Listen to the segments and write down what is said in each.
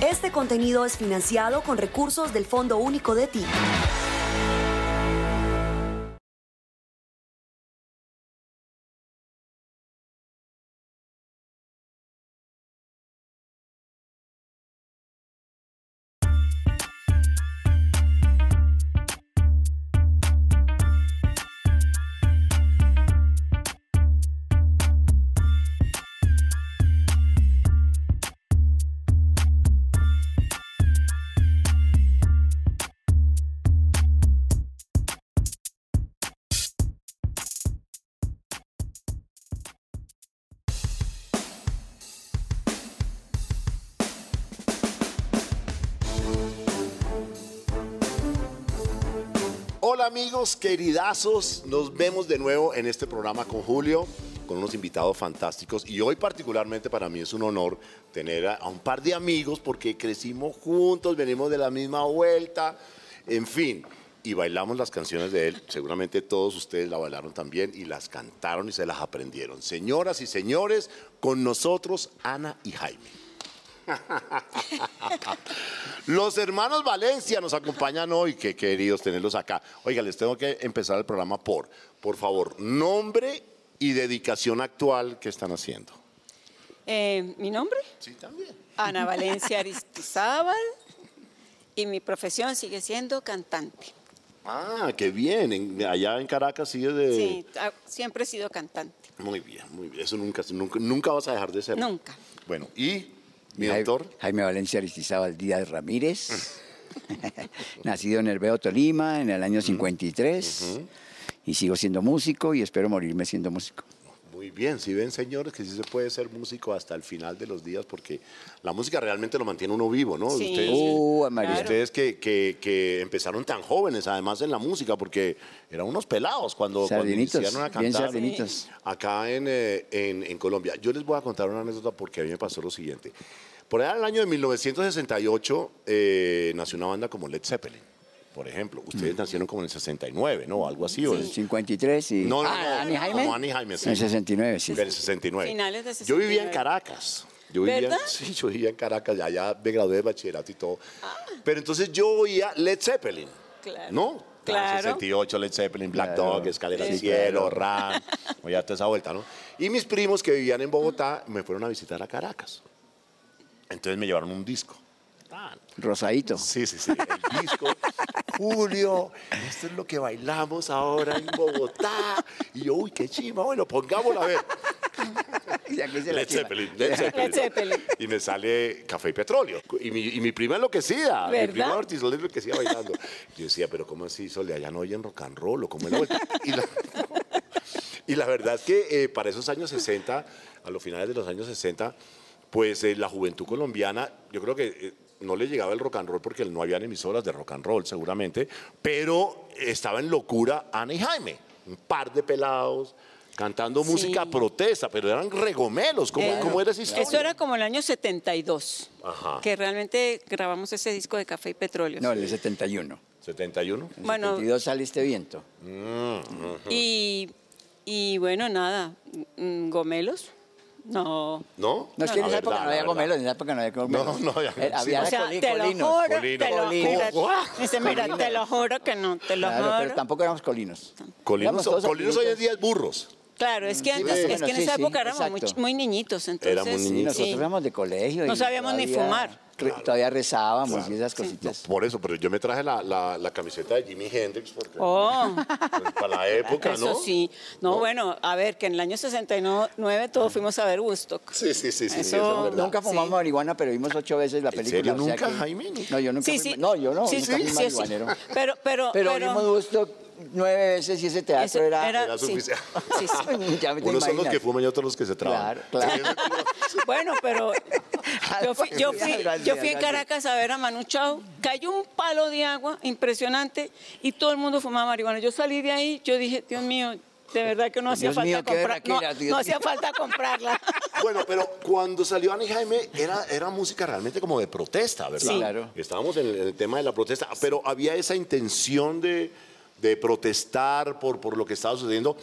Este contenido es financiado con recursos del Fondo Único de Ti. Hola amigos, queridazos, nos vemos de nuevo en este programa con Julio, con unos invitados fantásticos y hoy particularmente para mí es un honor tener a a un par de amigos porque crecimos juntos, venimos de la misma vuelta, en fin, y bailamos las canciones de él, seguramente todos ustedes la bailaron también y las cantaron y se las aprendieron. Señoras y señores, con nosotros Ana y Jaime. Los hermanos Valencia nos acompañan hoy, qué queridos tenerlos acá. Oiga, les tengo que empezar el programa por, por favor, nombre y dedicación actual que están haciendo. Eh, ¿Mi nombre? Sí, también. Ana Valencia Aristizábal. Y mi profesión sigue siendo cantante. Ah, qué bien. en- allá en Caracas sigue de. Sí, ah, siempre he sido cantante. Muy bien, muy bien. Eso nunca, nunca, nunca vas a dejar de ser. Nunca. Bueno, y mi Jaime- doctor. Jaime Valencia Aristizábal Díaz Ramírez, Mm. nacido en Herbeo, Tolima, en el año 53, y sigo siendo músico y espero morirme siendo músico. Muy bien, si ven señores que sí se puede ser músico hasta el final de los días porque la música realmente lo mantiene uno vivo, ¿no? Sí. Ustedes, Oh, a María. Claro. ustedes que, que- que empezaron tan jóvenes además en la música porque eran unos pelados cuando, cuando Sardinitos, iniciaron a bien cantar sardinitos. acá en, eh, en- en Colombia. Yo les voy a contar una anécdota porque a mí me pasó lo siguiente. Por allá en el año de 1968 eh, nació una banda como Led Zeppelin, por ejemplo. Ustedes Mm. nacieron como en el 69, ¿no? Algo así. o en- 53 y... No, no, Ah, no, Ani Jaime. como Ani Jaime, sí. En 69, sí. Del 69. Finales de Yo vivía en 69. Caracas. Yo vivía, ¿Verdad? Sí, yo vivía en Caracas, ya, ya me gradué de bachillerato y todo. Pero entonces yo oía Led Zeppelin. Ah. Claro. ¿No? Ah, Claro. 68, Led Zeppelin, Black Claro. Dog, Escalera al Sí, Cielo, claro. Ram. Oía toda esa vuelta, ¿no? Y mis primos que vivían en Bogotá me fueron a visitar a Caracas. Entonces me llevaron un disco. Tan, Rosadito. Sí, sí, sí. El disco. Julio, esto es lo que bailamos ahora en Bogotá. Y yo, uy, qué chima. Bueno, pongámoslo a ver. Y aquí se la Led chima. Zeppelin, Led Zeppelin. Led Zeppelin. Y me sale café y petróleo. Y mi, y mi prima enloquecida. Mi ¿Verdad? prima Ortiz Soler enloquecida bailando. Yo decía, pero ¿cómo así, Sole? Allá no oyen rock and roll o cómo es la vuelta. Y la, y la verdad es que eh, para esos años 60, a los finales de los años 60, pues eh, la juventud colombiana, yo creo que eh, no le llegaba el rock and roll porque no habían emisoras de rock and roll seguramente, pero estaba en locura Ana y Jaime, un par de pelados cantando Sí. música protesta, pero eran regomelos, ¿cómo, Eh, cómo era esa historia? Eso era como el año 72, Ajá. que realmente grabamos ese disco de Café y Petróleo. No, en el 71. 71. En el Bueno. 72 sale este viento. y, y bueno, nada, mm, gomelos. No. ¿No? No, es que en esa época no había gomelos, en esa época no había gomelos. No, no, ya- Eh, Había O sea, coli- te lo colinos. juro, Colino. te lo Colino. mira, Guau. dice, mira, te lo juro que no, te lo Claro, pero juro. tampoco éramos colinos. Colinos, Éramos todos Colinos hoy en amiguitos. día es burros. Claro, es que antes, bueno, es que en sí, esa sí, época éramos muy, exacto. muy niñitos, entonces. Éramos niñitos. Sí, nosotros sí. éramos de colegio. No y sabíamos ni todavía- fumar. re- Todavía rezábamos y esas No, cositas. por eso, pero yo me traje la, la- la camiseta de Jimi Hendrix porque Oh, pues, para la época, ¿no? eso sí. No, bueno, a ver, que en el año 69 todos fuimos a ver Woodstock. Sí, sí, sí, sí, sí, Eso- eso es verdad. Nunca fumamos Sí. marihuana, pero vimos ocho veces la ¿En película. serio? o sea ¿Nunca, que- Jaime? ¿Nunca? No, yo nunca Sí, fui- sí. No, yo no, Sí, nunca sí, fui sí, sí. marihuanero. Pero, pero, Pero vimos Woodstock nueve veces y ese eso teatro era... era sí. suficiente. Sí, sí. ya me te Unos son los imaginas. que fuman y otros los que se traban. Claro, claro. Bueno, pero yo fui, yo fui, Gracias, yo fui en gracias. Caracas a ver a Manu Chao, cayó un palo de agua impresionante y todo el mundo fumaba marihuana. Yo salí de ahí, yo dije, Dios mío, de verdad que no hacía Dios falta mío, qué comprar, no, berraquera, Dios no mío. hacía falta comprarla. Bueno, pero cuando salió Ana y Jaime era, era música realmente como de protesta, ¿verdad? Sí. Claro. Estábamos en el, en el tema de la protesta, pero había esa intención de, de protestar por, por lo que estaba sucediendo.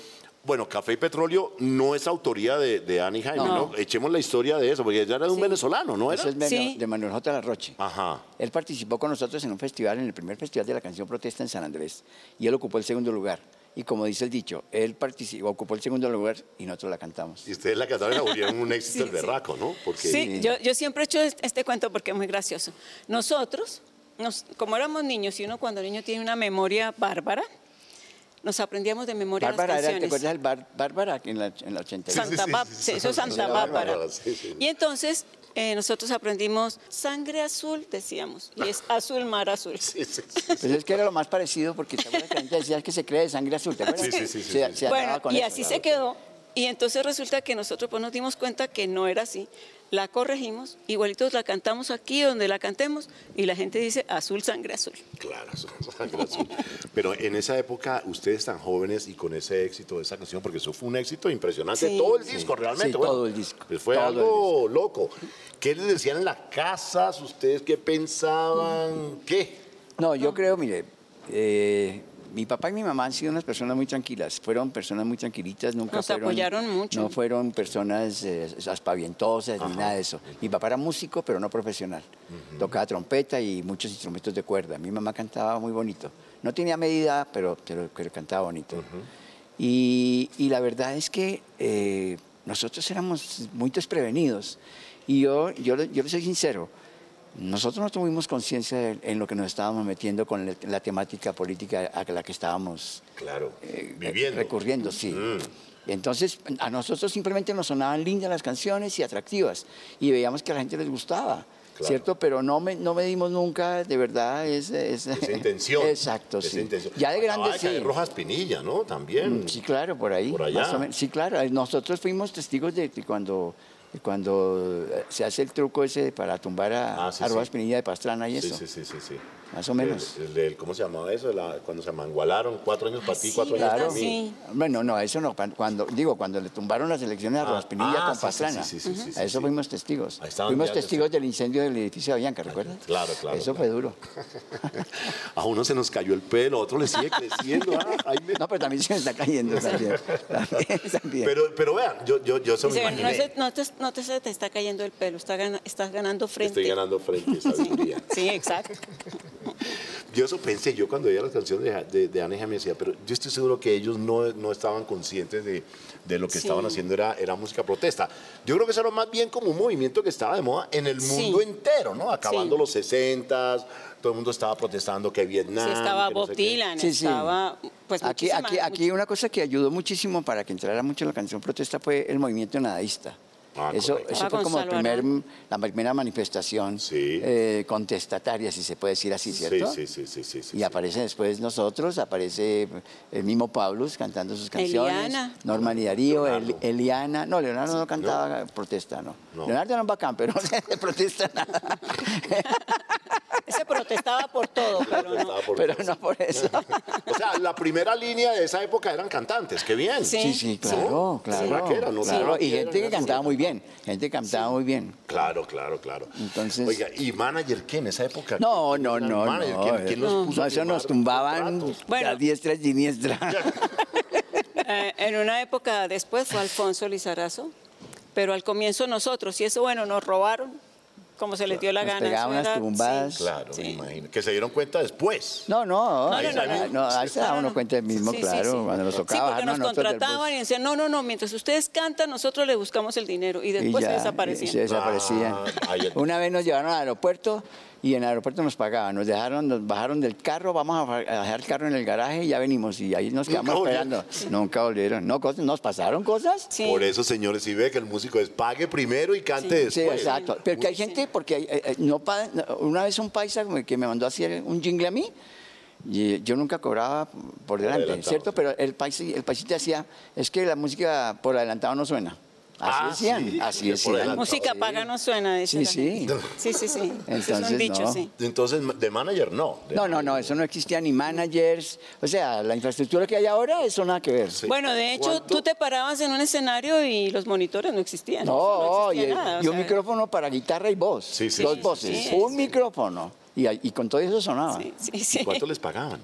Bueno, Café y Petróleo no es autoría de, de Annie Jaime, no. No. Echemos la historia de eso, porque ella era de un venezolano, ¿no? Era? Eso es de- Sí. Ah. de Manuel J. Larroche. Ajá. Él participó con nosotros en un festival, en el primer festival de la canción protesta en San Andrés, y él ocupó el segundo lugar. Y como dice el dicho, él participó, ocupó el segundo lugar y nosotros la cantamos. Y ustedes la cantaron y la volvieron un éxito el berraco, ¿no? Porque Sí, yo, yo siempre he hecho es- este, cuento porque es muy gracioso. Nosotros, nos, como éramos niños, y uno cuando niño tiene una memoria bárbara, nos aprendíamos de memoria Bárbara, las era, ¿te canciones. acuerdas del bar- Bárbara en la, en la 82? Santa sí, Bá- sí, sí, sí, eso es sí, Santa sí, Bárbara. Bárbara, sí, sí. Y entonces eh, nosotros aprendimos sangre azul, decíamos, y es azul, mar azul. Ah. Sí, sí, sí. Pues es que era lo más parecido porque te acuerdas que la gente decía que se cree de sangre azul, ¿te acuerdas? Sí, sí, sí, sí, Se- sí. se bueno, andaba con y eso, así ¿no? se quedó. Y entonces resulta que nosotros pues nos dimos cuenta que no era así. La corregimos, igualitos la cantamos aquí donde la cantemos y la gente dice azul, sangre azul. Claro, eso es sangre azul. Pero en esa época, ustedes tan jóvenes y con ese éxito de esa canción, porque eso fue un éxito impresionante, Sí. todo el disco realmente. Sí, bueno, todo el disco, pues fue todo el algo loco. ¿Qué les decían en las casas? ¿Ustedes qué pensaban? ¿Qué? No, yo creo, mire, eh, mi papá y mi mamá han sido unas personas muy tranquilas, fueron personas muy tranquilitas, nunca Nos fueron- apoyaron mucho. No fueron personas eh, aspavientosas ni nada de eso. Mi papá era músico, pero no profesional. Tocaba trompeta y muchos instrumentos de cuerda. Mi mamá cantaba muy bonito. No tenía medida, pero, pero, pero cantaba bonito. y, y la verdad es que eh, nosotros éramos muy desprevenidos. Y yo, yo, le- yo le soy sincero, nosotros no tuvimos conciencia de- en lo que nos estábamos metiendo con la, la temática política a la que estábamos Claro, eh, viviendo. Mm. recurriendo, sí. Entonces, a nosotros simplemente nos sonaban lindas las canciones y atractivas. Y veíamos que a la gente les gustaba, Claro. ¿cierto? Pero no, me, no medimos nunca, de verdad, ese- ese- Esa intención. Exacto, esa sí. intención. Ya de Acababa grandes, sí. Mm, caer Rojas Pinilla, ¿no? También. Sí, claro, por ahí. Por allá. más o menos. Sí, claro. eh, Nosotros fuimos testigos de que cuando, de cuando eh, se hace el truco ese para tumbar a, Ah, sí, a Rojas sí. Pinilla de Pastrana y Sí, eso. sí, sí, sí, sí. Más o menos. El- el- el- ¿Cómo se llamaba eso? La- cuando se mangualaron, cuatro años para ti, sí, cuatro años Claro. para mí. Sí. Bueno, no, eso no. cuan- Cuando, digo, cuando le tumbaron las elecciones a Ah, Rojas Pinilla ah, con sí, sí, Pastrana. sí, sí, sí, sí, a sí, eso sí. fuimos testigos. Ahí estaban Fuimos ya, testigos del incendio del edificio de Bianca, ¿recuerdas? claro, claro, Eso claro. fue duro. A uno se nos cayó el pelo, a otro le sigue creciendo. ah, Jaime. No, pero también se me está cayendo también. También, también. Pero, pero vean, yo, yo, yo se me Dice, no, imaginé. se- no te, no te, se te está cayendo el pelo, está gana- estás ganando frente. Estoy ganando frente a sabiduría. Sí, exacto. Yo eso pensé, yo cuando veía las canciones de, de, de Ana y Jaime decía, pero yo estoy seguro que ellos no, no estaban conscientes de, de lo que Sí. estaban haciendo, era, era música protesta. Yo creo que eso era más bien como un movimiento que estaba de moda en el Sí. mundo entero, ¿no? Acabando Sí. los 60 todo el mundo estaba protestando que Vietnam. Sí, estaba que no sé Bob qué. Dylan, Sí, sí. estaba. Pues aquí, muchísima- aquí, aquí una cosa que ayudó muchísimo para que entrara mucho la canción protesta fue el movimiento nadaísta. Ah, eso correcto. eso Ah, fue como el Gonzalo primer, la primera manifestación Sí. eh, contestataria, si se puede decir así, ¿cierto? Sí, sí, sí, sí, sí, sí, Y sí. aparece después nosotros, aparece el mismo Pablos cantando sus canciones. Eliana. Norman y Darío, El- Leonardo. Eliana. No, Leonardo no cantaba protesta, no. No. Leonardo era un bacán, pero no protesta nada. Ese protestaba por todo, pero no. Estaba por- pero no por eso. O sea, la primera línea de esa época eran cantantes, qué bien. Sí. Sí, sí, claro, ¿No? claro. Sí, vaquera, no claro. vaquera, Y gente que era cantaba así. muy bien, gente que cantaba muy bien. Claro, claro, claro. Entonces- Oiga, ¿y manager qué en esa época? No, ¿Quién no, era el no, manager? no. ¿Quién, quién los no, puso a eso firmar nos tumbaban contratos? Bueno. a diestra y siniestra. Eh, en una época después fue Alfonso Lizarazo, pero al comienzo nosotros, y eso, bueno, nos robaron como se les dio la Nos gana. pegaban eso unas era- tumbadas. sí, Claro, sí. me imagino. Que se dieron cuenta después. No, no, No, ahí no, no, se- no. no, ahí se daba No, Ah, uno no. cuenta del mismo, Sí, sí, claro, sí. cuando nos tocaba. Sí, porque ¿no? pues, nos Nosotros del contrataban y bus. decían, no, no, no, mientras ustedes cantan, nosotros les buscamos el dinero. Y después ya, se y se desaparecían. desaparecían. Ah, ahí- Una vez nos llevaron al aeropuerto y en el aeropuerto nos pagaban. Nos dejaron, nos bajaron del carro, vamos a fa- a dejar el carro en el garaje y ya venimos. Y ahí nos Nunca quedamos volvieron. esperando. Nunca volvieron. No, cosas, nos pasaron cosas. Sí. Por eso, señores, si ve que el músico es pague primero y cante Sí, después. exacto. Pero que hay gente, porque hay- eh, eh, no pa- no, una vez un paisa como que me mandó a hacer un jingle a mí, y yo nunca cobraba por delante, adelantado, ¿cierto? sí. Pero el paisa, el paisita decía, es que la música por adelantado no suena. Así Ah, decían, sí, así que por decían. adelantado. Música paga no suena, dice Sí, la sí. gente. Sí, sí, sí. Eso es Entonces, un dicho, no. sí. Entonces, de manager no. De No, no, no, manager eso no existía ni managers. O sea, la infraestructura que hay ahora, eso nada que ver. Sí. Bueno, de hecho, ¿Cuánto? tú te parabas en un escenario y los monitores no existían. No, y, existía nada, o y un sea, micrófono para guitarra y voz. Sí, sí, dos sí, sí, voces, sí, un sí. micrófono. Y, ahí- y con todo eso sonaba. Sí, sí, sí. ¿Cuánto les pagaban?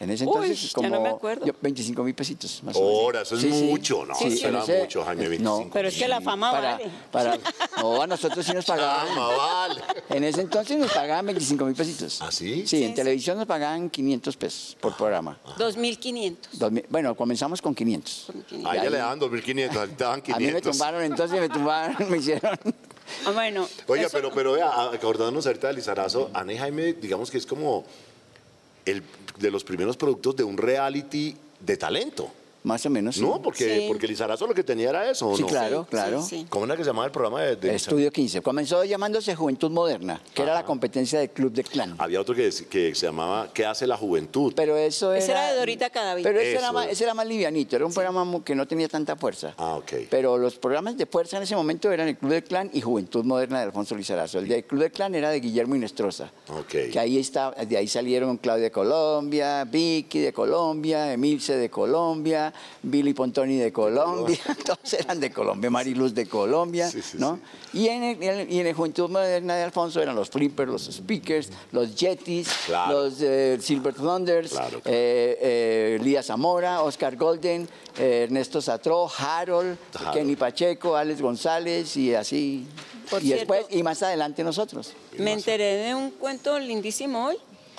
En ese Uy, entonces, ya como no me acuerdo. 25 mil pesitos más o menos. Ahora, eso es Sí, sí. mucho, ¿no? Sí, sí. eso era Ese- mucho, Jaime, no, 25. Pero es que la fama para, vale. para, no, a nosotros sí nos pagaban. Chama, Ah, vale. En ese entonces nos pagaban 25 mil pesitos. ¿Ah, sí? Ah. Sí, en sí. televisión nos pagaban 500 pesos por programa. 2.500. Dos mil- bueno, comenzamos con 500. Ah, A ella le daban 2.500, a él te daban A mí me 500. tumbaron, entonces me tumbaron, me hicieron. Ah, Bueno, Oiga, eso- pero, pero vea, a- acordándonos ahorita de Lizarazo, Ana y Jaime, digamos que es como el de los primeros productos de un reality de talento, Más o menos. sí. ¿no? Porque, Sí. porque Lizarazo lo que tenía era eso, ¿o Sí, no? claro, Sí, claro. sí, sí. ¿Cómo era que se llamaba el programa de, de Estudio 15. Comenzó llamándose Juventud Moderna, que era la competencia del Club del Clan. Había otro que, es- que se llamaba ¿Qué hace la juventud? Pero eso era. Ese era de Dorita Cadavid. Pero ese Eso era, más, era. ese era más livianito, era un programa mu- que no tenía tanta fuerza. Ah, ok. Pero los programas de fuerza en ese momento eran el Club del Clan y Juventud Moderna de Alfonso Lizarazo. El del Club del Clan era de Guillermo Inestrosa. Ok. Que ahí está, de ahí salieron Claudia de Colombia, Vicky de Colombia, Emilce de Colombia, Billy Pontoni de Colombia. Todos eran de Colombia, Mariluz de Colombia, Sí, sí, ¿no? Y en, el, en el- y en el Juventud Moderna de Alfonso eran los Flippers, los Speakers, los Yetis, Claro. los eh, Silver Thunders, Claro, claro. eh, eh, Lía Zamora, Oscar Golden, eh, Ernesto Satró, Harold, Harold. Kenny Pacheco, Alex González y así. Por y después, cierto- y más adelante nosotros. me enteré de un cuento lindísimo hoy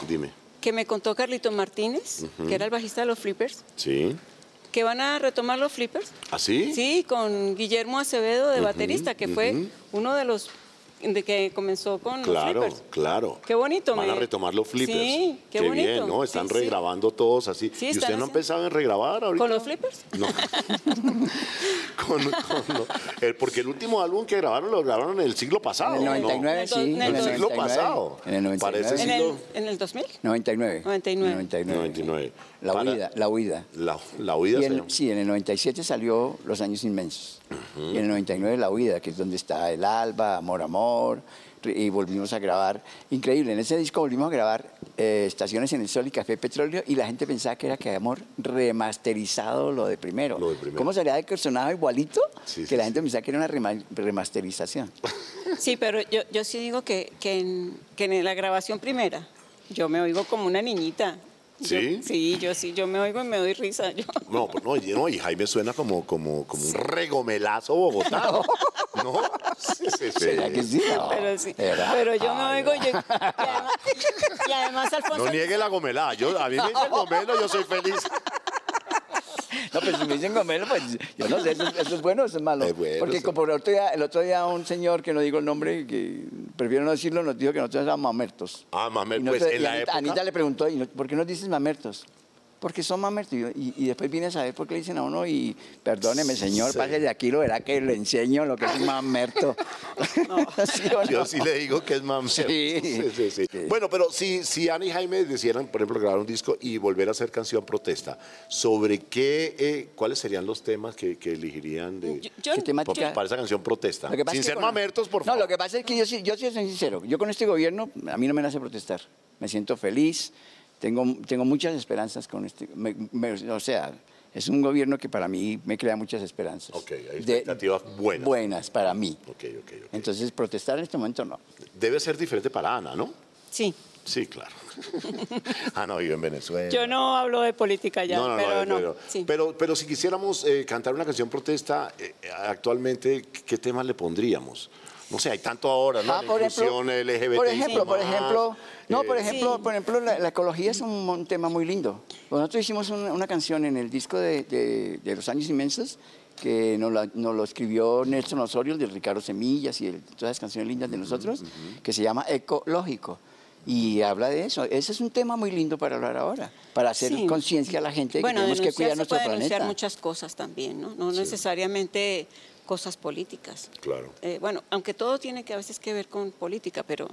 Dime. que me contó Carlito Martínez, que era el bajista de los Flippers, ¿Sí? ¿Ah, que van a retomar los Flippers. ¿Así? Sí, con Guillermo Acevedo de baterista, que fue uno de los de que comenzó con Claro, los Flippers. claro. Qué bonito, Van me- a retomar los flippers. Sí, qué bonito. bien, ¿no? Están Sí, sí. regrabando todos así. Sí, ¿Y están usted no ha haciendo- pensado en regrabar ahorita? ¿Con los Flippers? No. Con- con lo- eh, porque el último álbum que grabaron lo grabaron en el siglo pasado. En el ¿no? 99, En el sí. do- en el En el siglo 99, pasado. En el 99. Parece ¿En Sí, el, lo- ¿En el 2000? 99. 99. 99. 99. La Para- huida, la huida. La, la huida Y se en- llama. sí, en el 97 salió Los Años Inmensos. Y en el 99 La Huida, que es donde está El Alba, Amor, Amor. re- Y volvimos a grabar. Increíble, en ese disco volvimos a grabar eh, Estaciones en el Sol y Café Petróleo. Y la gente pensaba que era que habíamos remasterizado lo de primero. Lo de primero. ¿Cómo sería de que sonaba igualito? Sí, que sí, la sí. Eh, gente pensaba que era una rema- remasterización. Sí, pero yo, yo sí digo que, que, en, que en la grabación primera yo me oigo como una niñita. Yo- ¿Sí? sí, yo sí, yo me oigo y me doy risa. Yo. No, pues no, y- no, y Jaime suena como, como, como un regomelazo bogotano. ¿No? Sí, sí, sí. ¿Será que sí? No, Pero sí, ¿verdad? pero yo me oigo yo, y, además, y además, Alfonso No niegue la gomelada. Yo, a mí me dice el gomelo, yo soy feliz. No, pero si me dicen gomelo, pues yo no sé, ¿eso, es- eso es bueno o eso es malo? Es bueno, Porque sí. como el otro, día, el otro día un señor, que no digo el nombre, que prefiero no decirlo, nos dijo que nosotros éramos mamertos. Ah, mamer- Y no pues, sé, en y la Anita, época- Anita le preguntó, "¿Y no- ¿por qué nos dices mamertos? Porque son mamertos. Y, yo- y- y después viene a saber por qué le dicen a uno y perdóneme, señor, Sí. pase de aquí, lo verá que le enseño lo que es un mamerto. ¿Sí o no? Yo sí le digo que es mam. Sí. Sí, sí, sí. Sí. Bueno, pero si, si Ana y Jaime decidieran, por ejemplo, grabar un disco y volver a hacer canción protesta, ¿sobre qué, eh, cuáles serían los temas que, que elegirían de, Yo- yo- ¿Qué temática? por- para esa canción protesta? Lo que pasa Sin es que ser con- mamertos, por favor. No, lo que pasa es que yo, sí- yo sí soy sincero. Yo con este gobierno, a mí no me nace protestar. Me siento feliz, tengo, tengo muchas esperanzas con este. me- me- o sea, es un gobierno que para mí me crea muchas esperanzas. Ok, hay De- expectativas buenas. Buenas para mí. Ok, ok, ok. Entonces, protestar en este momento no. Debe ser diferente para Ana, ¿no? Sí, Sí, claro. Ana vive en Venezuela. yo no hablo de política ya, No, no, no, pero es no. bueno. sí. pero, pero si quisiéramos eh, cantar una canción protesta, eh, actualmente, ¿qué tema le pondríamos? No sé, hay tanto ahora, ¿no? Ah, La por ejemplo, inclusión LGBTIQ+, por ejemplo, por ejemplo, no, por eh, ejemplo, Sí. por ejemplo, la, la ecología es un, mon- tema muy lindo. Nosotros hicimos una, una canción en el disco de, de- de los años inmensos que nos, la- nos lo escribió Nelson Osorio, el de Ricardo Semillas y el- todas las canciones lindas de nosotros, que se llama Ecológico. Y habla de eso. Ese es un tema muy lindo para hablar ahora, para hacer Sí. conciencia a la gente de que bueno, tenemos que denunciar cuidar se nuestro puede denunciar planeta. muchas cosas también, ¿no? No necesariamente cosas políticas. Claro. Eh, bueno, aunque todo tiene que a veces que ver con política, pero,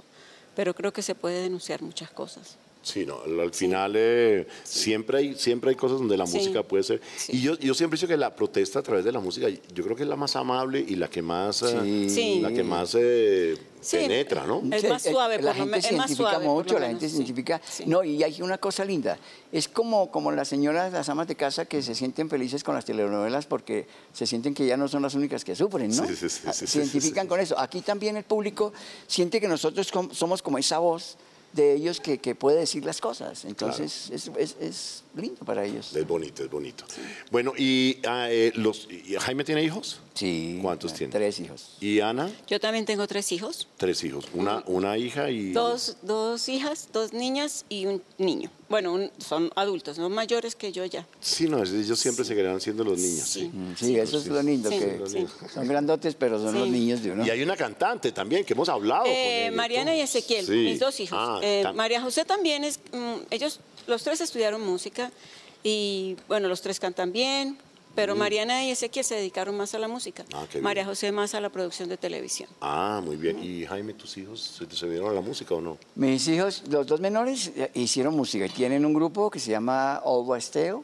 pero creo que se puede denunciar muchas cosas. Sí, no, al al final eh, siempre, hay, siempre hay cosas donde la Sí. música puede ser. Sí. Y yo, yo siempre he dicho que la protesta a través de la música, yo creo que es la más amable y la que más, eh, Sí. la que más eh, Sí. penetra, ¿no? Eh. Es más suave, por la lo gente me- se es más identifica suave, por lo mucho, la menos, gente se sí, identifica. sí. No, y hay una cosa linda. Es como, como las señoras, las amas de casa que se sienten felices con las telenovelas porque se sienten que ya no son las únicas que sufren, ¿no? Sí, sí, sí, sí, Ah, sí, se sí, identifican sí. con eso. Aquí también el público siente que nosotros com- somos como esa voz de ellos que, que puede decir las cosas. Entonces es, es- es lindo para ellos. Es bonito, es bonito. Bueno, y, ah, eh, los, y Jaime tiene hijos? Sí. ¿Cuántos tiene? Tres hijos. ¿Y Ana? Yo también tengo tres hijos, Tres hijos. Una, una hija y... dos, dos hijas, dos niñas y un niño. Bueno, un- son adultos, no mayores que yo ya. Sí, no, es- ellos siempre se quedarán siendo los niños. sí. Mm, Sí, eso es lo lindo, Sí, que sí. son grandotes, pero son los Sí. niños de uno. Y hay una cantante también que hemos hablado. Oh, con Eh, ella Mariana todo. y Ezequiel, Sí. mis dos hijos. Ah, Eh, tan- María José también es, mm, ellos, los tres estudiaron música y bueno, los tres cantan bien, pero Mariana y Ezequiel se dedicaron más a la música. Mm. Ah, qué bien. María José más a la producción de televisión. Ah, muy bien. ¿Y Jaime, tus hijos se te se dieron a la música o no? Mis hijos, los dos menores, eh, hicieron música. y Tienen un grupo que se llama All Guasteo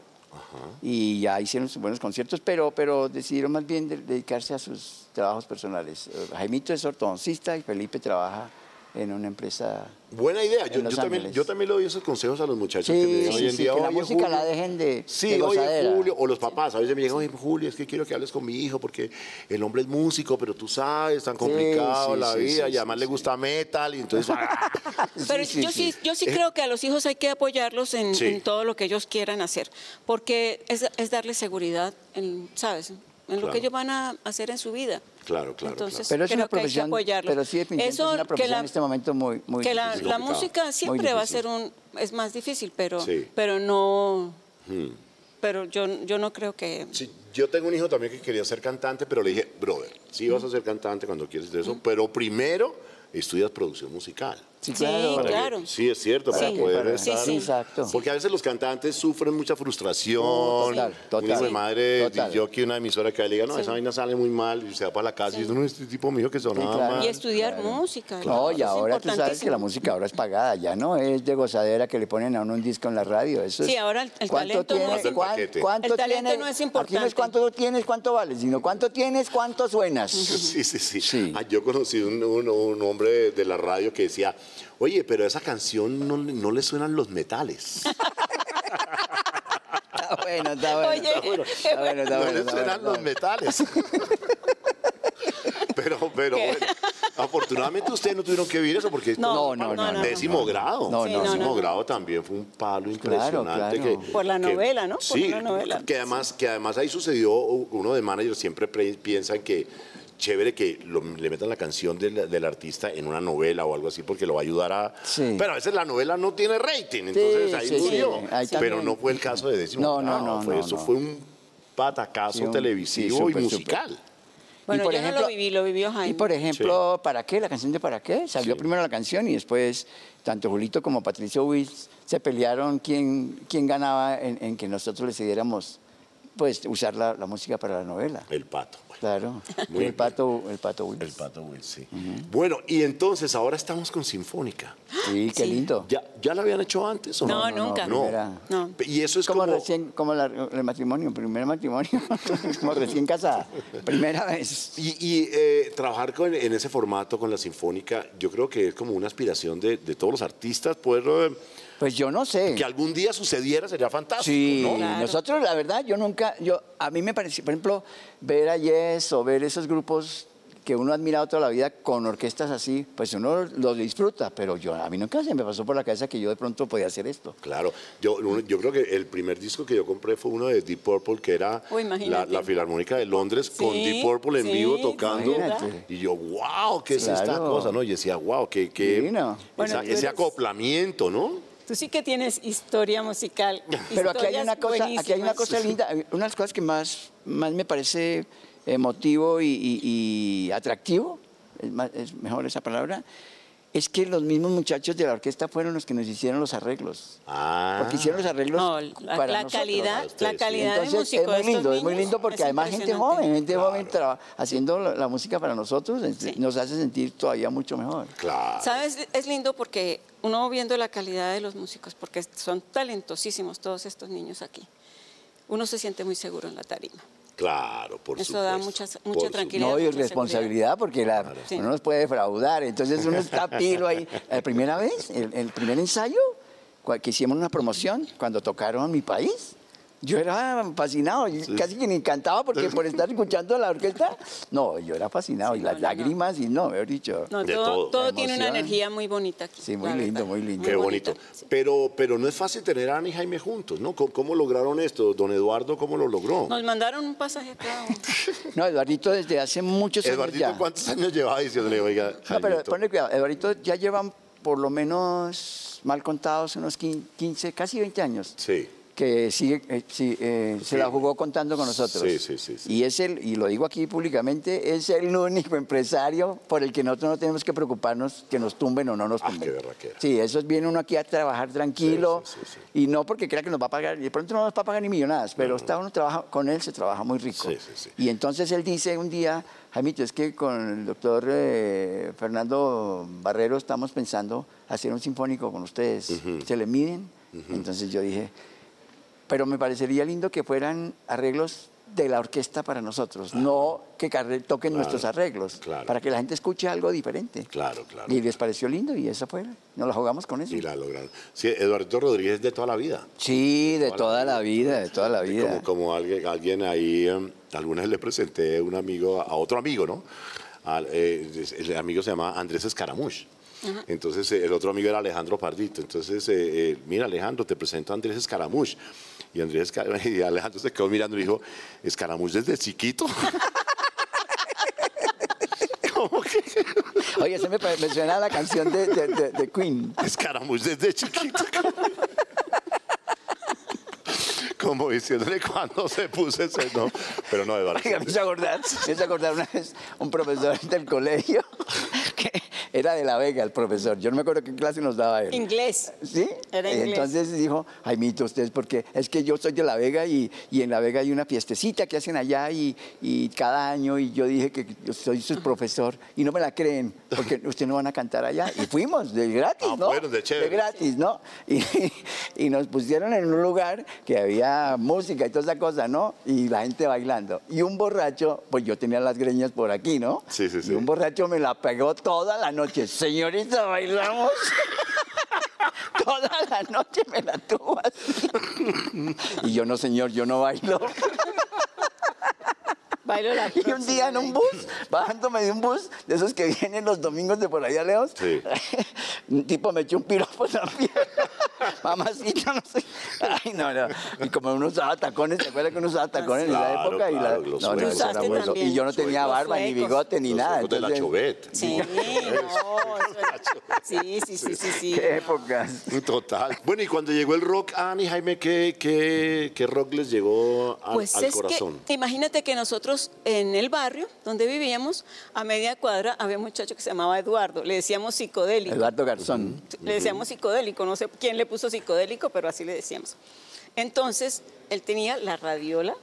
y ya hicieron sus buenos conciertos, pero, pero decidieron más bien de- dedicarse a sus trabajos personales. Eh, Jaimito es ortodoncista y Felipe trabaja en una empresa. Buena idea. Yo, En Los yo también, Ángeles. yo también le doy esos consejos a los muchachos que me Sí, dicen hoy sí, en sí, día. que la "Oye, música Julio, la dejen de, Sí, de oye, gozadera. Julio, o los papás, a veces me llegan, oye, Julio, es que quiero que hables con mi hijo porque el hombre es músico, pero tú sabes, tan complicado sí, la sí, vida, sí, y además sí, le sí. gusta metal, y entonces... Pero Sí, sí, yo sí, sí. yo sí creo que a los hijos hay que apoyarlos en, Eh. Sí. en todo lo que ellos quieran hacer, porque es, es darles seguridad, en, ¿sabes? En lo Claro. que ellos van a hacer en su vida. Claro, claro, Entonces, Pero es creo una que hay que profesión, apoyarlos. pero sí definitivamente Eso es una que profesión la- en este momento muy, muy que la, difícil. la complicado. música siempre va a ser un es más difícil pero Sí. Hmm. pero no pero yo yo no creo que Sí, yo tengo un hijo también que quería ser cantante, pero le dije, brother, sí vas a ser cantante cuando quieres de eso, pero primero estudias producción musical. Sí, Sí, claro. Para que- claro. sí, es cierto, para Sí. poder Para- sí, estar- sí. Exacto. Porque a veces los cantantes sufren mucha frustración. Total, total. Un hijo de Sí. madre, Total. yo que una emisora que le diga, no, Sí. esa vaina sale muy mal, y se va para la casa y dice, no, este tipo mío que Ah, sonaba claro. mal. y estudiar música No, y es ahora tú sabes que la importantísimo. música ahora es pagada, ya no es de gozadera que le ponen a uno un disco en la radio. Eso Sí, es- ahora el- el ¿cuánto talento no tiene- es cuán- importante. cuánto El talento tiene- no es Aquí no es importante. cuánto tienes, cuánto vales, sino cuánto tienes, cuánto suenas. Sí, sí, sí. Sí. Ah, yo conocí un, un- un hombre de, de la radio que decía, oye, pero a esa canción no, le- no le suenan los metales. Está bueno, está bueno. Oye, está bueno, está bueno, está no bueno, le está suenan bueno, los metales. pero, pero bueno, afortunadamente ustedes no tuvieron que vivir eso porque esto- No, no, no, no, décimo no, no. grado. No, Sí, no, no, décimo no. grado también fue un palo impresionante. claro. que- Por la que- novela, ¿no? Por sí, la novela. Que además, que además ahí sucedió, uno de manager siempre pre- piensa en que chévere que lo- le metan la canción del, del artista en una novela o algo así porque lo va a ayudar a... Sí. Pero a veces la novela no tiene rating, entonces ahí sí, sí, murió. ahí Pero también. no fue el caso de décimo No, no, grado, no, fue- no, eso no. fue un patacazo Sí, un- televisivo sí, súper, y musical. bueno Y por yo no ejemplo- lo viví lo vivió Jaime Y por ejemplo, ¿para qué? La canción de ¿Para qué? Salió Sí. primero la canción y después tanto Julito como Patricio Wills se pelearon quién, quién ganaba en, en que nosotros les diéramos pues, usar la, la música para la novela. El pato. bueno, Claro. Muy bien. el pato, el pato Wills. El pato Will, sí. Bueno, y entonces ahora estamos con Sinfónica. Sí, qué Sí. lindo. ¿Ya, ya la habían hecho antes o no? No, nunca. No. primera. No. Y eso Es es como, como. recién, como la- el matrimonio, primer matrimonio, como recién casada, primera vez. Y, y, eh, trabajar con- en ese formato con la Sinfónica, yo creo que es como una aspiración de, de todos los artistas. Poder, eh, Pues yo no sé. que algún día sucediera sería fantástico. Sí, ¿no? Claro. nosotros la verdad, yo nunca, yo a mí me pareció, por ejemplo, ver a Yes o ver esos grupos que uno ha admirado toda la vida con orquestas así, pues uno los disfruta, pero yo a mí nunca se me pasó por la cabeza que yo de pronto podía hacer esto. Claro, yo, uno- yo creo que el primer disco que yo compré fue uno de Deep Purple, que era Uy, la, imagínate. la Filarmónica de Londres con Sí, Deep Purple en sí, vivo tocando. imagínate. Y yo, wow, ¿qué es esta Claro. cosa? ¿no? Y decía, wow, qué, qué Divino. esa- Bueno, tú ese eres- acoplamiento, ¿no? tú sí que tienes historia musical Pero aquí hay historias una cosa, aquí hay una buenísimas. cosa linda, una de las cosas que más, más me parece emotivo y, y- y atractivo, es, más- es mejor esa palabra, es que los mismos muchachos de la orquesta fueron los que nos hicieron los arreglos. Ah. Porque hicieron los arreglos No, la, para la nosotros. calidad ustedes, la sí. calidad Entonces de músico de es estos muy lindo, es muy niños lindo porque es además gente impresionante. joven, gente joven traba- haciendo la, la música para nosotros ent- nos hace sentir todavía mucho mejor. Claro. ¿Sabes? Es lindo porque uno viendo la calidad de los músicos, porque son talentosísimos todos estos niños aquí, uno se siente muy seguro en la tarima. Claro, por Eso supuesto. da muchas- mucha por tranquilidad. No, y mucha responsabilidad porque la, Sí. uno nos puede defraudar. Entonces uno está pilo ahí. La primera vez, el, el primer ensayo cua- que hicimos una promoción, cuando tocaron mi país, Yo era fascinado, yo casi que me encantaba porque por estar escuchando la orquesta, no, yo era fascinado Sí, y no, las no, no. lágrimas y no, mejor dicho. No, De todo, todo. todo La tiene una emoción. energía muy bonita aquí. Sí, muy la lindo, verdad. muy lindo. Mm, Qué bonito. bonita, sí. Pero, pero no es fácil tener a Ana y Jaime juntos, ¿no? ¿Cómo, cómo lograron esto? Don Eduardo, ¿cómo lo logró? Nos mandaron un pasaje acá. No, Eduardito desde hace muchos Eduardito, años ya. ¿cuántos años llevaba diciéndole, oiga, No, pero Jaimito? ponle cuidado, Eduardito ya llevan por lo menos, mal contados, unos quin- 15, casi 20 años. Sí. que sigue, eh, sí, eh, se la jugó contando con nosotros. Sí, sí, sí, sí. Y es el, y lo digo aquí públicamente, es el único empresario por el que nosotros no tenemos que preocuparnos que nos tumben o no nos Ah, tumben. qué berraquera. Sí, eso es viene uno aquí a trabajar tranquilo Sí, sí, sí, y no porque crea que nos va a pagar, y de pronto no nos va a pagar ni millonadas, pero está uno trabaja con él se trabaja muy rico. Sí, sí, sí. Y entonces él dice un día, Jaimito, es que con el doctor eh, Fernando Barrero estamos pensando hacer un sinfónico con ustedes. ¿Se le miden? Entonces yo dije, pero me parecería lindo que fueran arreglos de la orquesta para nosotros, no que carre- toquen Claro, nuestros arreglos, claro. para que la gente escuche algo diferente. Claro, claro. Y les pareció lindo y eso fue, nos la jugamos con eso. Y la lograron. Sí, Eduardo Rodríguez de toda la vida. Sí, de toda la vida, de toda la Y vida. Como, como alguien, alguien ahí, em, alguna vez le presenté un amigo, a- a otro amigo, ¿no? Al, eh, es- el amigo se llama Andrés Escaramouche. Entonces, eh, el otro amigo era Alejandro Pardito. Entonces, eh, eh, mira, Alejandro, te presento a Andrés Escaramouche. Y, Andrés Esca- y Alejandro se quedó mirando y dijo, ¿Escaramouche desde chiquito? ¿Cómo que Oye, eso me, pare- me suena a la canción de, de- de- de Queen. Escaramouche desde chiquito? Como diciéndole cuando se puso ese no. Pero no, Eduardo. Oiga, me hizo acordar, me hizo acordar una vez un profesor del colegio que era de La Vega, el profesor. Yo no me acuerdo qué clase nos daba él. Inglés. ¿Sí? Era Y inglés. Entonces dijo, Jaimito, ustedes, porque es que yo soy de La Vega y, y en La Vega hay una fiestecita que hacen allá y, y cada año y yo dije que yo soy su profesor y no me la creen porque ustedes no van a cantar allá. Y fuimos, de gratis, Ah, ¿no? fueron de chévere. gratis, ¿no? Y, y nos pusieron en un lugar que había música y toda esa cosa, ¿no? Y la gente bailando. Y un borracho, pues yo tenía las greñas por aquí, ¿no? Sí, sí, sí. Y un borracho me la pegó toda la noche. Señorita, bailamos. Toda la noche me la tuvo así. Y yo, no, señor, yo no bailo. Bailo la Y un día en un bus, bajándome de un bus, de esos que vienen los domingos de por allá lejos, Sí. un tipo me echó un piropo en la pierna. Mamacita, no sé. Ay, no, no. Y como uno usaba tacones, ¿te acuerdas que uno usaba tacones en Claro, la época? y, la- claro, los no, no, eso suecos. era bueno. Usaste y yo no tenía también. barba, ni Los suecos. bigote, ni Los nada. ojos de la entonces- Chauvet. Sí, no, eso era- sí, sí, sí, sí, sí. Qué épocas. Total. Bueno, y cuando llegó el rock, Ani y Jaime, ¿qué, qué, qué rock les llegó al, Pues al es corazón? que imagínate que nosotros en el barrio donde vivíamos, a media cuadra había un muchacho que se llamaba Eduardo, le decíamos psicodélico. Eduardo Garzón. Le decíamos psicodélico, no sé quién le puso psicodélico, pero así le decíamos. Entonces, él tenía la radiola,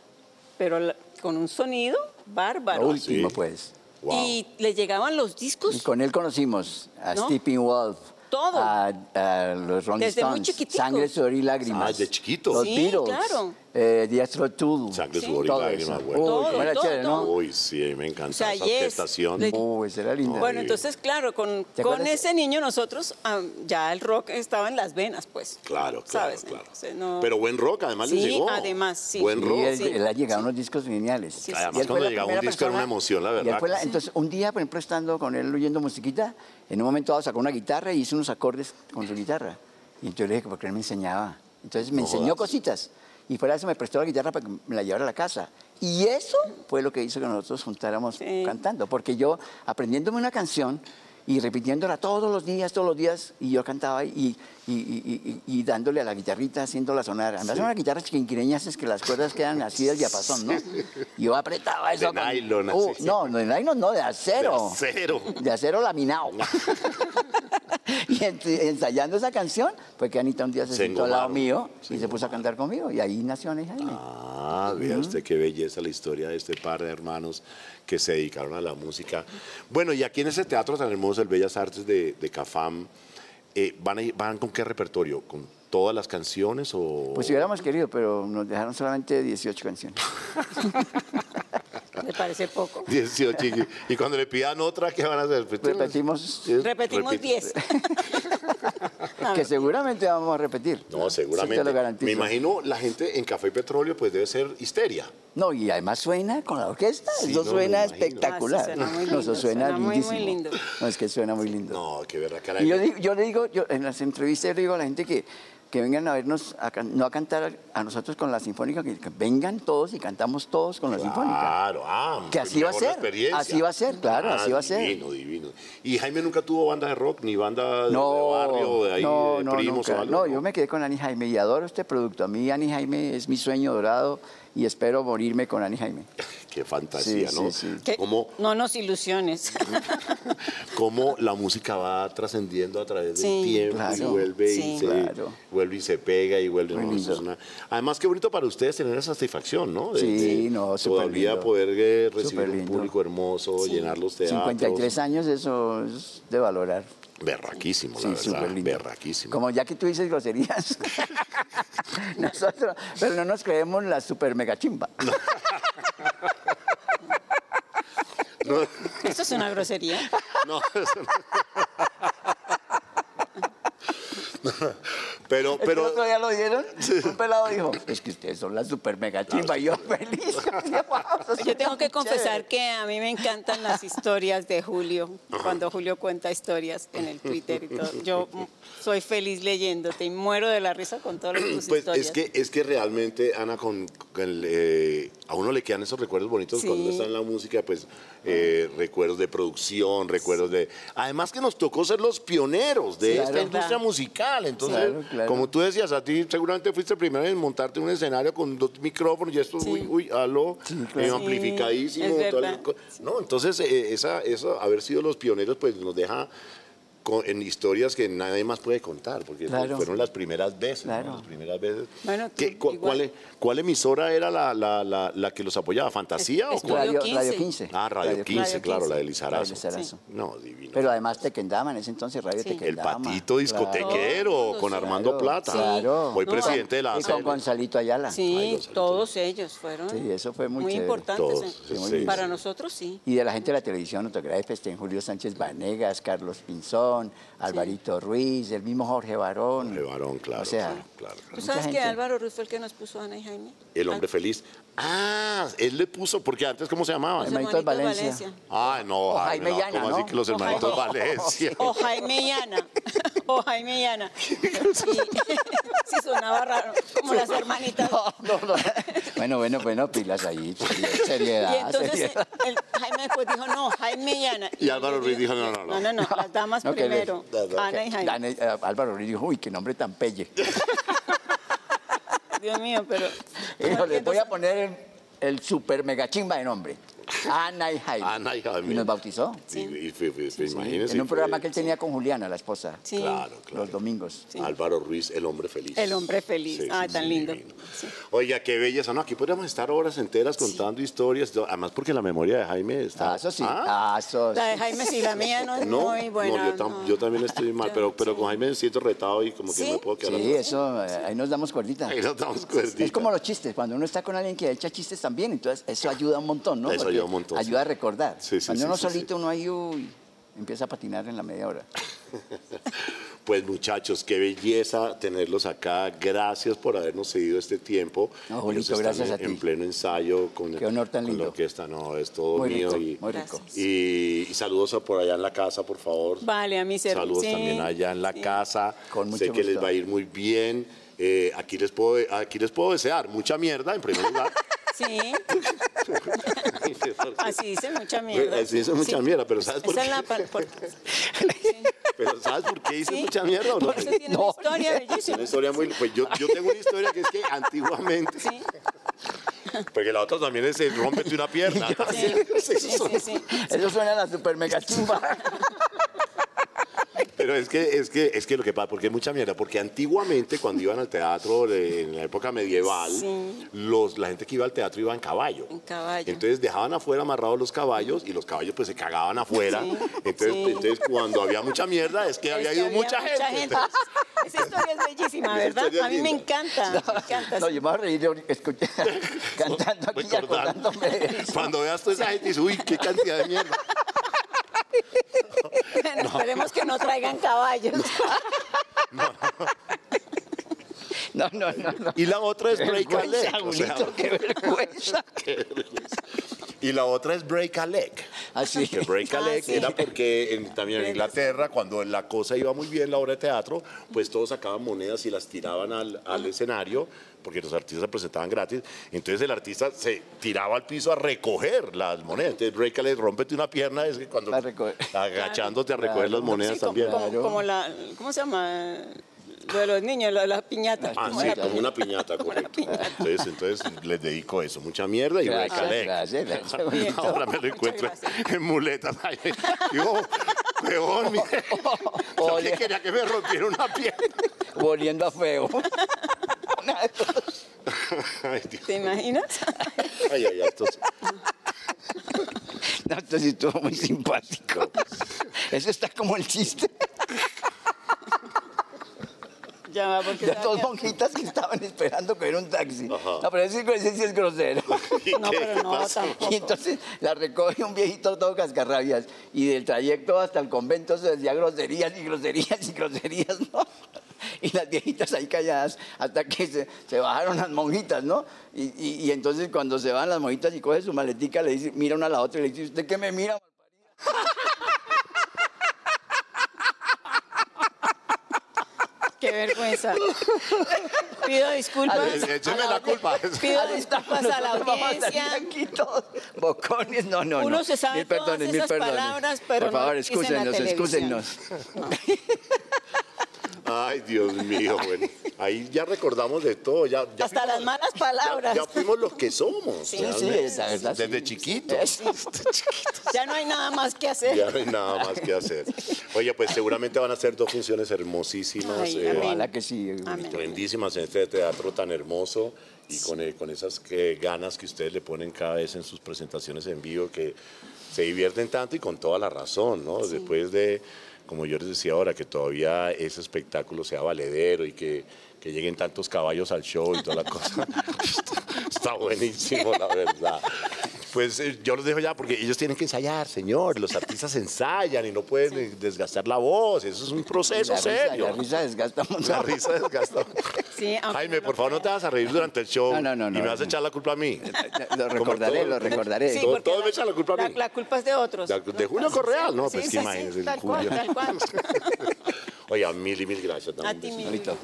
pero la- con un sonido Lo bárbaro. último, Ah, sí. pues. Wow. Y le llegaban los Y discos con él conocimos a Pues, ¿No? Stephen Wolf. Todo. A, a los Rolling Desde muy Stones. chiquiticos. Sangre, sudor y lágrimas. Ah, de chiquito. Los Sí, Beatles. claro. Eh, The Astro Tool. Sangre, Sí. sudor y Todo lágrimas. eso. Bueno. Uy, Todo, cómo era todo, chévere, ¿no? todo. Uy, sí, me encanta O sea, esa yes. orquestación. Le- Uy, esa era linda. Bueno, Sí. entonces, claro, con, ¿Te con acuerdas? ese niño nosotros ah, ya el rock estaba en las venas, pues. Claro, claro, ¿sabes? claro. Entonces, no- Pero buen rock, además les Sí, llegó. además, sí. Buen Y rock. él, sí. él ha llegado a unos discos geniales. sí. Y Además, él fue cuando la llegaba un primera disco era una emoción, la y él verdad. fue la- entonces, un día, por ejemplo, estando con él oyendo musiquita, en un momento dado sacó una guitarra y hizo unos acordes con su guitarra. Y entonces le dije, porque él me enseñaba. Entonces me No enseñó jodas. cositas. Y fuera de eso me prestó la guitarra para que me la llevara a la casa. Y eso fue lo que hizo que nosotros juntáramos Sí. cantando. Porque yo, aprendiéndome una canción y repitiéndola todos los días, todos los días, y yo cantaba y, y- y- y- y dándole a la guitarrita, haciéndola sonar. Además, son las guitarras chiquinquireñas es que las cuerdas quedan así del diapasón, ¿no? Yo apretaba eso. con- nylon, Uh, así. No, no, de nylon no, de acero. De acero. De acero laminado. y ent- ensayando esa canción, pues que Anita un día se Se sentó al lado engomaron. mío Se y se puso a cantar conmigo. Y ahí nació Ana y Jaime. Ah, vea usted qué belleza la historia de este par de hermanos que se dedicaron a la música. Bueno, y aquí en ese teatro tan hermoso, el Bellas Artes de, de Cafam, eh, ¿van, a ir- ¿van con qué repertorio? ¿Con todas las canciones o...? Pues hubiéramos querido, pero nos dejaron solamente 18 canciones. Me parece poco. 18. Y, y cuando le pidan otra, ¿qué van a hacer? Pues, Repetimos. eh, Repetimos repite. 10. a que seguramente vamos a repetir. No, seguramente. Eso te lo garantizo. Me imagino la gente en Café y Petróleo, pues debe ser histeria. No, y además suena con la orquesta. Sí, eso no, me suena imagino. espectacular. Ah, sí, suena muy No, eso lindo, suena, suena muy, muy lindísimo. lindo. No, es que suena muy lindo. No, qué verdad, caray. Y yo, digo- yo le digo, yo en las entrevistas yo le digo a la gente que, que vengan a vernos, a can- no a cantar a nosotros con la sinfónica, que, que vengan todos y cantamos todos con la sinfónica. Claro, ah, Que así va a mejor la ser, experiencia. Ah, así va a ser, claro, así va a ser. Divino, divino. Y Jaime nunca tuvo banda de rock, ni banda de, de barrio, No, de ahí, no, de no, primos nunca. o algo. no, yo me quedé con Ani Jaime y adoro este producto. A mí Ani Jaime es mi sueño dorado y espero morirme con Ani Jaime. Qué fantasía, Sí, ¿no? sí, sí. Que Cómo, No nos ilusiones. cómo la música va trascendiendo a través Sí, del tiempo y claro. vuelve y Sí. se Claro. vuelve y se pega y vuelve. Muy no, eso lindo. es una- Además, qué bonito para ustedes tener esa satisfacción, ¿no? De- Sí, de no, Todavía superlindo. poder eh, recibir un Superlindo. público hermoso, llenar los teatros. 53 años, eso es de valorar. Berraquísimo, la Sí, verdad. súper lindo. Berraquísimo. Como ya que tú dices groserías. Nosotros, pero no nos creemos la super mega chimba. No, Esto es una grosería. no, eso no. Pero, Pero el pero, otro día lo dieron, un pelado dijo, es que ustedes son la super mega chimba. Y yo "Ah, pues, feliz. Yo tengo que confesar que a mí me encantan las historias de Julio, cuando Julio cuenta historias en el Twitter y todo. Yo mm, soy feliz leyéndote y muero de la risa con todas tus Pues historias. es que, es que realmente, Ana, con, con el, eh, a uno le quedan esos recuerdos bonitos Sí. cuando está en la música, pues eh, recuerdos de producción, recuerdos de... Además que nos tocó ser los pioneros de Sí, esta claro. industria musical, entonces, Claro, claro. como tú decías, a ti seguramente fuiste el primero en montarte en un escenario con dos micrófonos y esto, Sí. uy, uy, aló, eh, Sí, amplificadísimo. es todo el verdad. co- no, entonces, eh, esa, eso, haber sido los pioneros, pues nos deja... con- en historias que nadie más puede contar, porque pues, Claro. fueron las primeras veces, ¿no? Claro. las primeras veces. Bueno, tú, ¿Qué- cu- igual. cuál, e- cuál emisora era la, la- la- la que los apoyaba? ¿Fantasía Es- o cuál? Radio, 15. Radio 15. Ah, Radio, 15, claro, la de Radio Lizarazo. Lizarazo. No, divino. Pero además Tequendama, en ese entonces Radio Sí. el Tequendama. patito discotequero Claro. con Claro, Armando Plata, sí. Claro. hoy No, presidente de la Y con ACL. Gonzalito Ayala. Ay, Sí, Gonzalo, todos ellos fueron Sí, eso fue muy chévere. importantes. Todos, eh. sí, Sí, muy sí. Para lindo. nosotros sí. Y de la gente de la televisión, no te creas, pues, en Julio Sánchez Vanegas, Carlos Pinzón, Alvarito Ruiz, el mismo Jorge Barón. Jorge Barón, claro, O sea, claro, claro, claro. ¿Tú mucha sabes que gente. Álvaro Ruiz fue el que nos puso a Ana y Jaime? El Pues, hombre feliz. Ah, él le puso, porque antes, ¿cómo se llamaba? Los Hermanitos hermanitos Valencia. Ah, no, O Jaime, Jaime no, Llana, ¿cómo ¿no? así que los O hermanitos Jaime- Valencia? O Jaime y Ana. O Jaime y Ana. Sí, sí, sonaba raro, como las hermanitas. Bueno, bueno, bueno, pilas ahí. Y Seriedad, entonces eh, seriedad. el, Jaime después dijo, no, Jaime y Ana. Y Álvaro Ruiz dijo, no, no, no. No, no, no, las damas No, que le- primero. Ana y Jaime. Ana y- eh, Álvaro Ruiz dijo, uy, qué nombre tan pelle. Dios mío, pero... Dijo, les voy entonces- a poner el, el super mega chimba de nombre. Ana y Jaime. Ana y Jaime. Y nos bautizó. Y- y- y- y- imagínese, en un fue- programa que él tenía con Juliana, la esposa. Sí. Claro, claro. Los domingos. Álvaro Ruiz, el hombre feliz. El hombre feliz. Ah, tan lindo. divino. Sí. Oiga, qué belleza. No, aquí podríamos estar horas enteras contando historias. Además, porque la memoria de Jaime está. Ah, eso sí. Ah, Ah, eso sí. La de Jaime sí, la mía no es No, muy buena. no, yo, tam- no. yo también estoy mal, pero, pero con Jaime me siento retado y como que ¿Sí? no me puedo quedar. Sí, eso, eh, ahí nos damos cuerdita. Ahí nos damos Es cuerdita. como los chistes, cuando uno está con alguien que echa chistes también, entonces eso ayuda un montón, ¿no? Eso Porque ayuda un montón, sí. Ayuda a recordar. Sí, sí, cuando sí, uno sí, solito, sí. uno ahí, uy, empieza a patinar en la media hora. Pues muchachos, qué belleza tenerlos acá. Gracias por habernos seguido este tiempo. No, Ellos Julito, están gracias en, a ti. En pleno ensayo con, Qué honor tan con lindo. la orquesta. No, es todo Muy Oh, mío. rico, y, muy rico. Gracias. Y, y saludos a por allá en la casa, por favor. Vale, a mi ser- Saludos sí, también allá en la sí. casa. Con mucho sé que les gusto. va a ir muy bien. Eh, aquí, les puedo, aquí les puedo desear mucha mierda, en primer lugar. Sí, así dice mucha mierda. Pues, Así eh, dice mucha mierda, pero ¿sabes por Esa qué? es la par- por- Pero ¿sabes por qué hice Sí. mucha mierda o no? Por eso tiene No. una historia bellísima. Una historia muy. Pues yo, yo tengo una historia que es que antiguamente. Sí, Porque la otra también es el rompete una pierna. sí, sí, sí, sí. Eso suena a la super mega chimba. Pero es que, es que, es que lo que pasa, porque es mucha mierda, porque antiguamente cuando iban al teatro de- en la época medieval, Sí. los, la gente que iba al teatro iba en caballo. En caballo. Entonces dejaban afuera amarrados los caballos y los caballos pues se cagaban afuera. Sí, Entonces, sí. entonces cuando había mucha mierda es que había Es que ido mucha, gente. Esa historia es bellísima, Esa ¿verdad? historia es A mí me linda. encanta, me encanta. No, yo me voy a reír de ori- escuchar, cantando aquí y Recordar. acordándome de eso. Cuando veas toda esa gente dices, uy, qué cantidad de mierda. Bueno, esperemos que no traigan caballos. No, no. no, no, no. no. Y la otra es break a Vergüenza, leg. o sea, Julito, qué vergüenza. y la otra es break a leg. Así. Que break a Ah, leg sí. era porque en- también en Inglaterra, cuando la cosa iba muy bien, la obra de teatro, pues todos sacaban monedas y las tiraban al, al escenario, porque los artistas se presentaban gratis. Entonces el artista se tiraba al piso a recoger las monedas. Entonces break a leg, rómpete una pierna, es que cuando La recoge- agachándote a recoger las Claro. monedas Sí, como- también. Como, Claro. como la, ¿cómo se llama? Lo de los niños, lo de las piñatas. Ah, como sí, la- como una piñata, correcto. Entonces, entonces les dedico eso, mucha mierda y break a Gracias, leg. gracias, gracias. Ahora me lo Muchas encuentro gracias. en muletas. Ay, Digo, peón, mire. Yo que Ole. quería que me rompiera una pierna. Volviendo a feo. Una de dos. Ay, Dios. ¿Te imaginas? Ay, ay, ay, esto es- No, entonces estuvo muy simpático. Eso está como el chiste Ya va, porque... de dos sabía- monjitas que estaban esperando coger un taxi. Ajá. No, pero ese, ese sí es grosero. No, ¿Qué pero no, pasó? tampoco. Y entonces la recoge un viejito todo cascarrabias. Y del trayecto hasta el convento se decía groserías y groserías y groserías, ¿no? Y las viejitas ahí calladas hasta que se, se bajaron las monjitas, ¿no? Y, y- y entonces cuando se van las monjitas y coge su maletica, le dice, mira una a la otra y le dice, ¿usted qué me mira? Qué vergüenza. Pido disculpas. A ver, Eh, écheme a la culpa. Pido Ahí estamos, disculpas a la nosotros vamos a salir audiencia. aquí todos bocones, no, no, no. Uno se sabe Mil perdones, todas mil esas perdones. palabras, pero Por no favor, lo dicen en la excúsennos, televisión. excúsennos. Ay, Dios mío, bueno. Ahí ya recordamos de todo. Ya, ya Hasta las fuimos- malas ya, palabras. ya fuimos los que somos. Sí, Sí, sí, realmente. es la verdad. Desde chiquitos. Desde chiquitos. Ya no hay nada más que hacer. pues. Ya no hay nada más que hacer. Oye, pues seguramente van a ser dos funciones hermosísimas. Ay, eh, amén. Ojalá que sí. Julito. Amén. Lindísimas en este teatro tan hermoso y con, eh, con esas que, ganas que ustedes le ponen cada vez en sus presentaciones en vivo, que se divierten tanto y con toda la razón, ¿no? Después de, como yo les decía ahora, que todavía ese espectáculo sea valedero y que, que lleguen tantos caballos al show y toda la cosa. Está buenísimo, la verdad. Pues eh, yo los dejo ya porque ellos tienen que ensayar, señor. Los artistas ensayan y no pueden eh, desgastar la voz. Eso es un proceso La risa, serio. la risa desgasta mucho. La risa desgastó. Sí, aunque Jaime, no lo por favor, no te creas. vas a reír durante el show. No, no, no, Y no, me vas a no. echar la culpa a mí. Lo Como recordaré, todo. lo recordaré. Sí. porque Todo me echa la culpa a mí. La, la culpa es de otros. De, de Julio Correal, ¿no? pues que imagínense, Tal cual, Julio. tal cual. Oye, mil y mil gracias. dame A un ti, beso. mi Julito.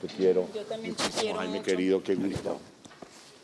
Te quiero. Yo también te Muchísimo, quiero Jaime, mucho. querido, qué gusto.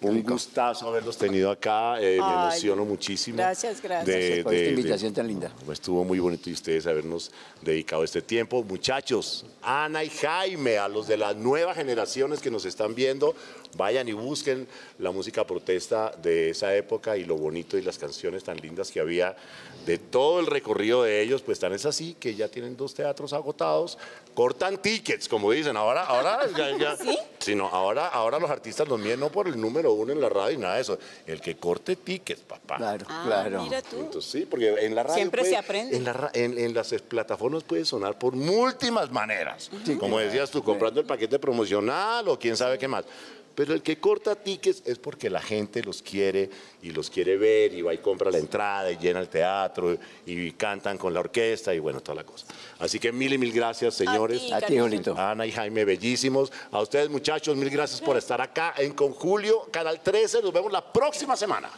Un gustazo haberlos tenido acá. eh, me Ay, emociono muchísimo. gracias, gracias. Gracias por esta invitación tan linda. Pues Estuvo muy bonito y ustedes habernos dedicado este tiempo. Muchachos, Ana y Jaime, a los de las nuevas generaciones que nos están viendo, vayan y busquen la música protesta de esa época y lo bonito y las canciones tan lindas que había de todo el recorrido de ellos, pues tan es así que ya tienen dos teatros agotados, cortan tickets, como dicen, ahora, ahora, ya- ya- Sí, no, ahora, ahora los artistas los miden no por el número uno en la radio y nada de eso, el que corte tickets, papá. Claro, Ah, claro. mira tú. Entonces, sí, porque en la radio. Siempre puede- se aprende. En, la ra- en- en las plataformas puede sonar por múltiples maneras. Sí, Como claro. decías tú, comprando el paquete promocional o quién sabe qué más. Pero el que corta tickets es porque la gente los quiere y los quiere ver y va y compra la entrada y llena el teatro y cantan con la orquesta y bueno, toda la cosa. Así que mil y mil gracias, señores. ti, A ti, Julito. Ana y Jaime, bellísimos. A ustedes, muchachos, mil gracias por estar acá en Conjulio, Canal 13. Nos vemos la próxima semana.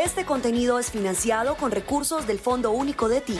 Este contenido es financiado con recursos del Fondo Único de Ti.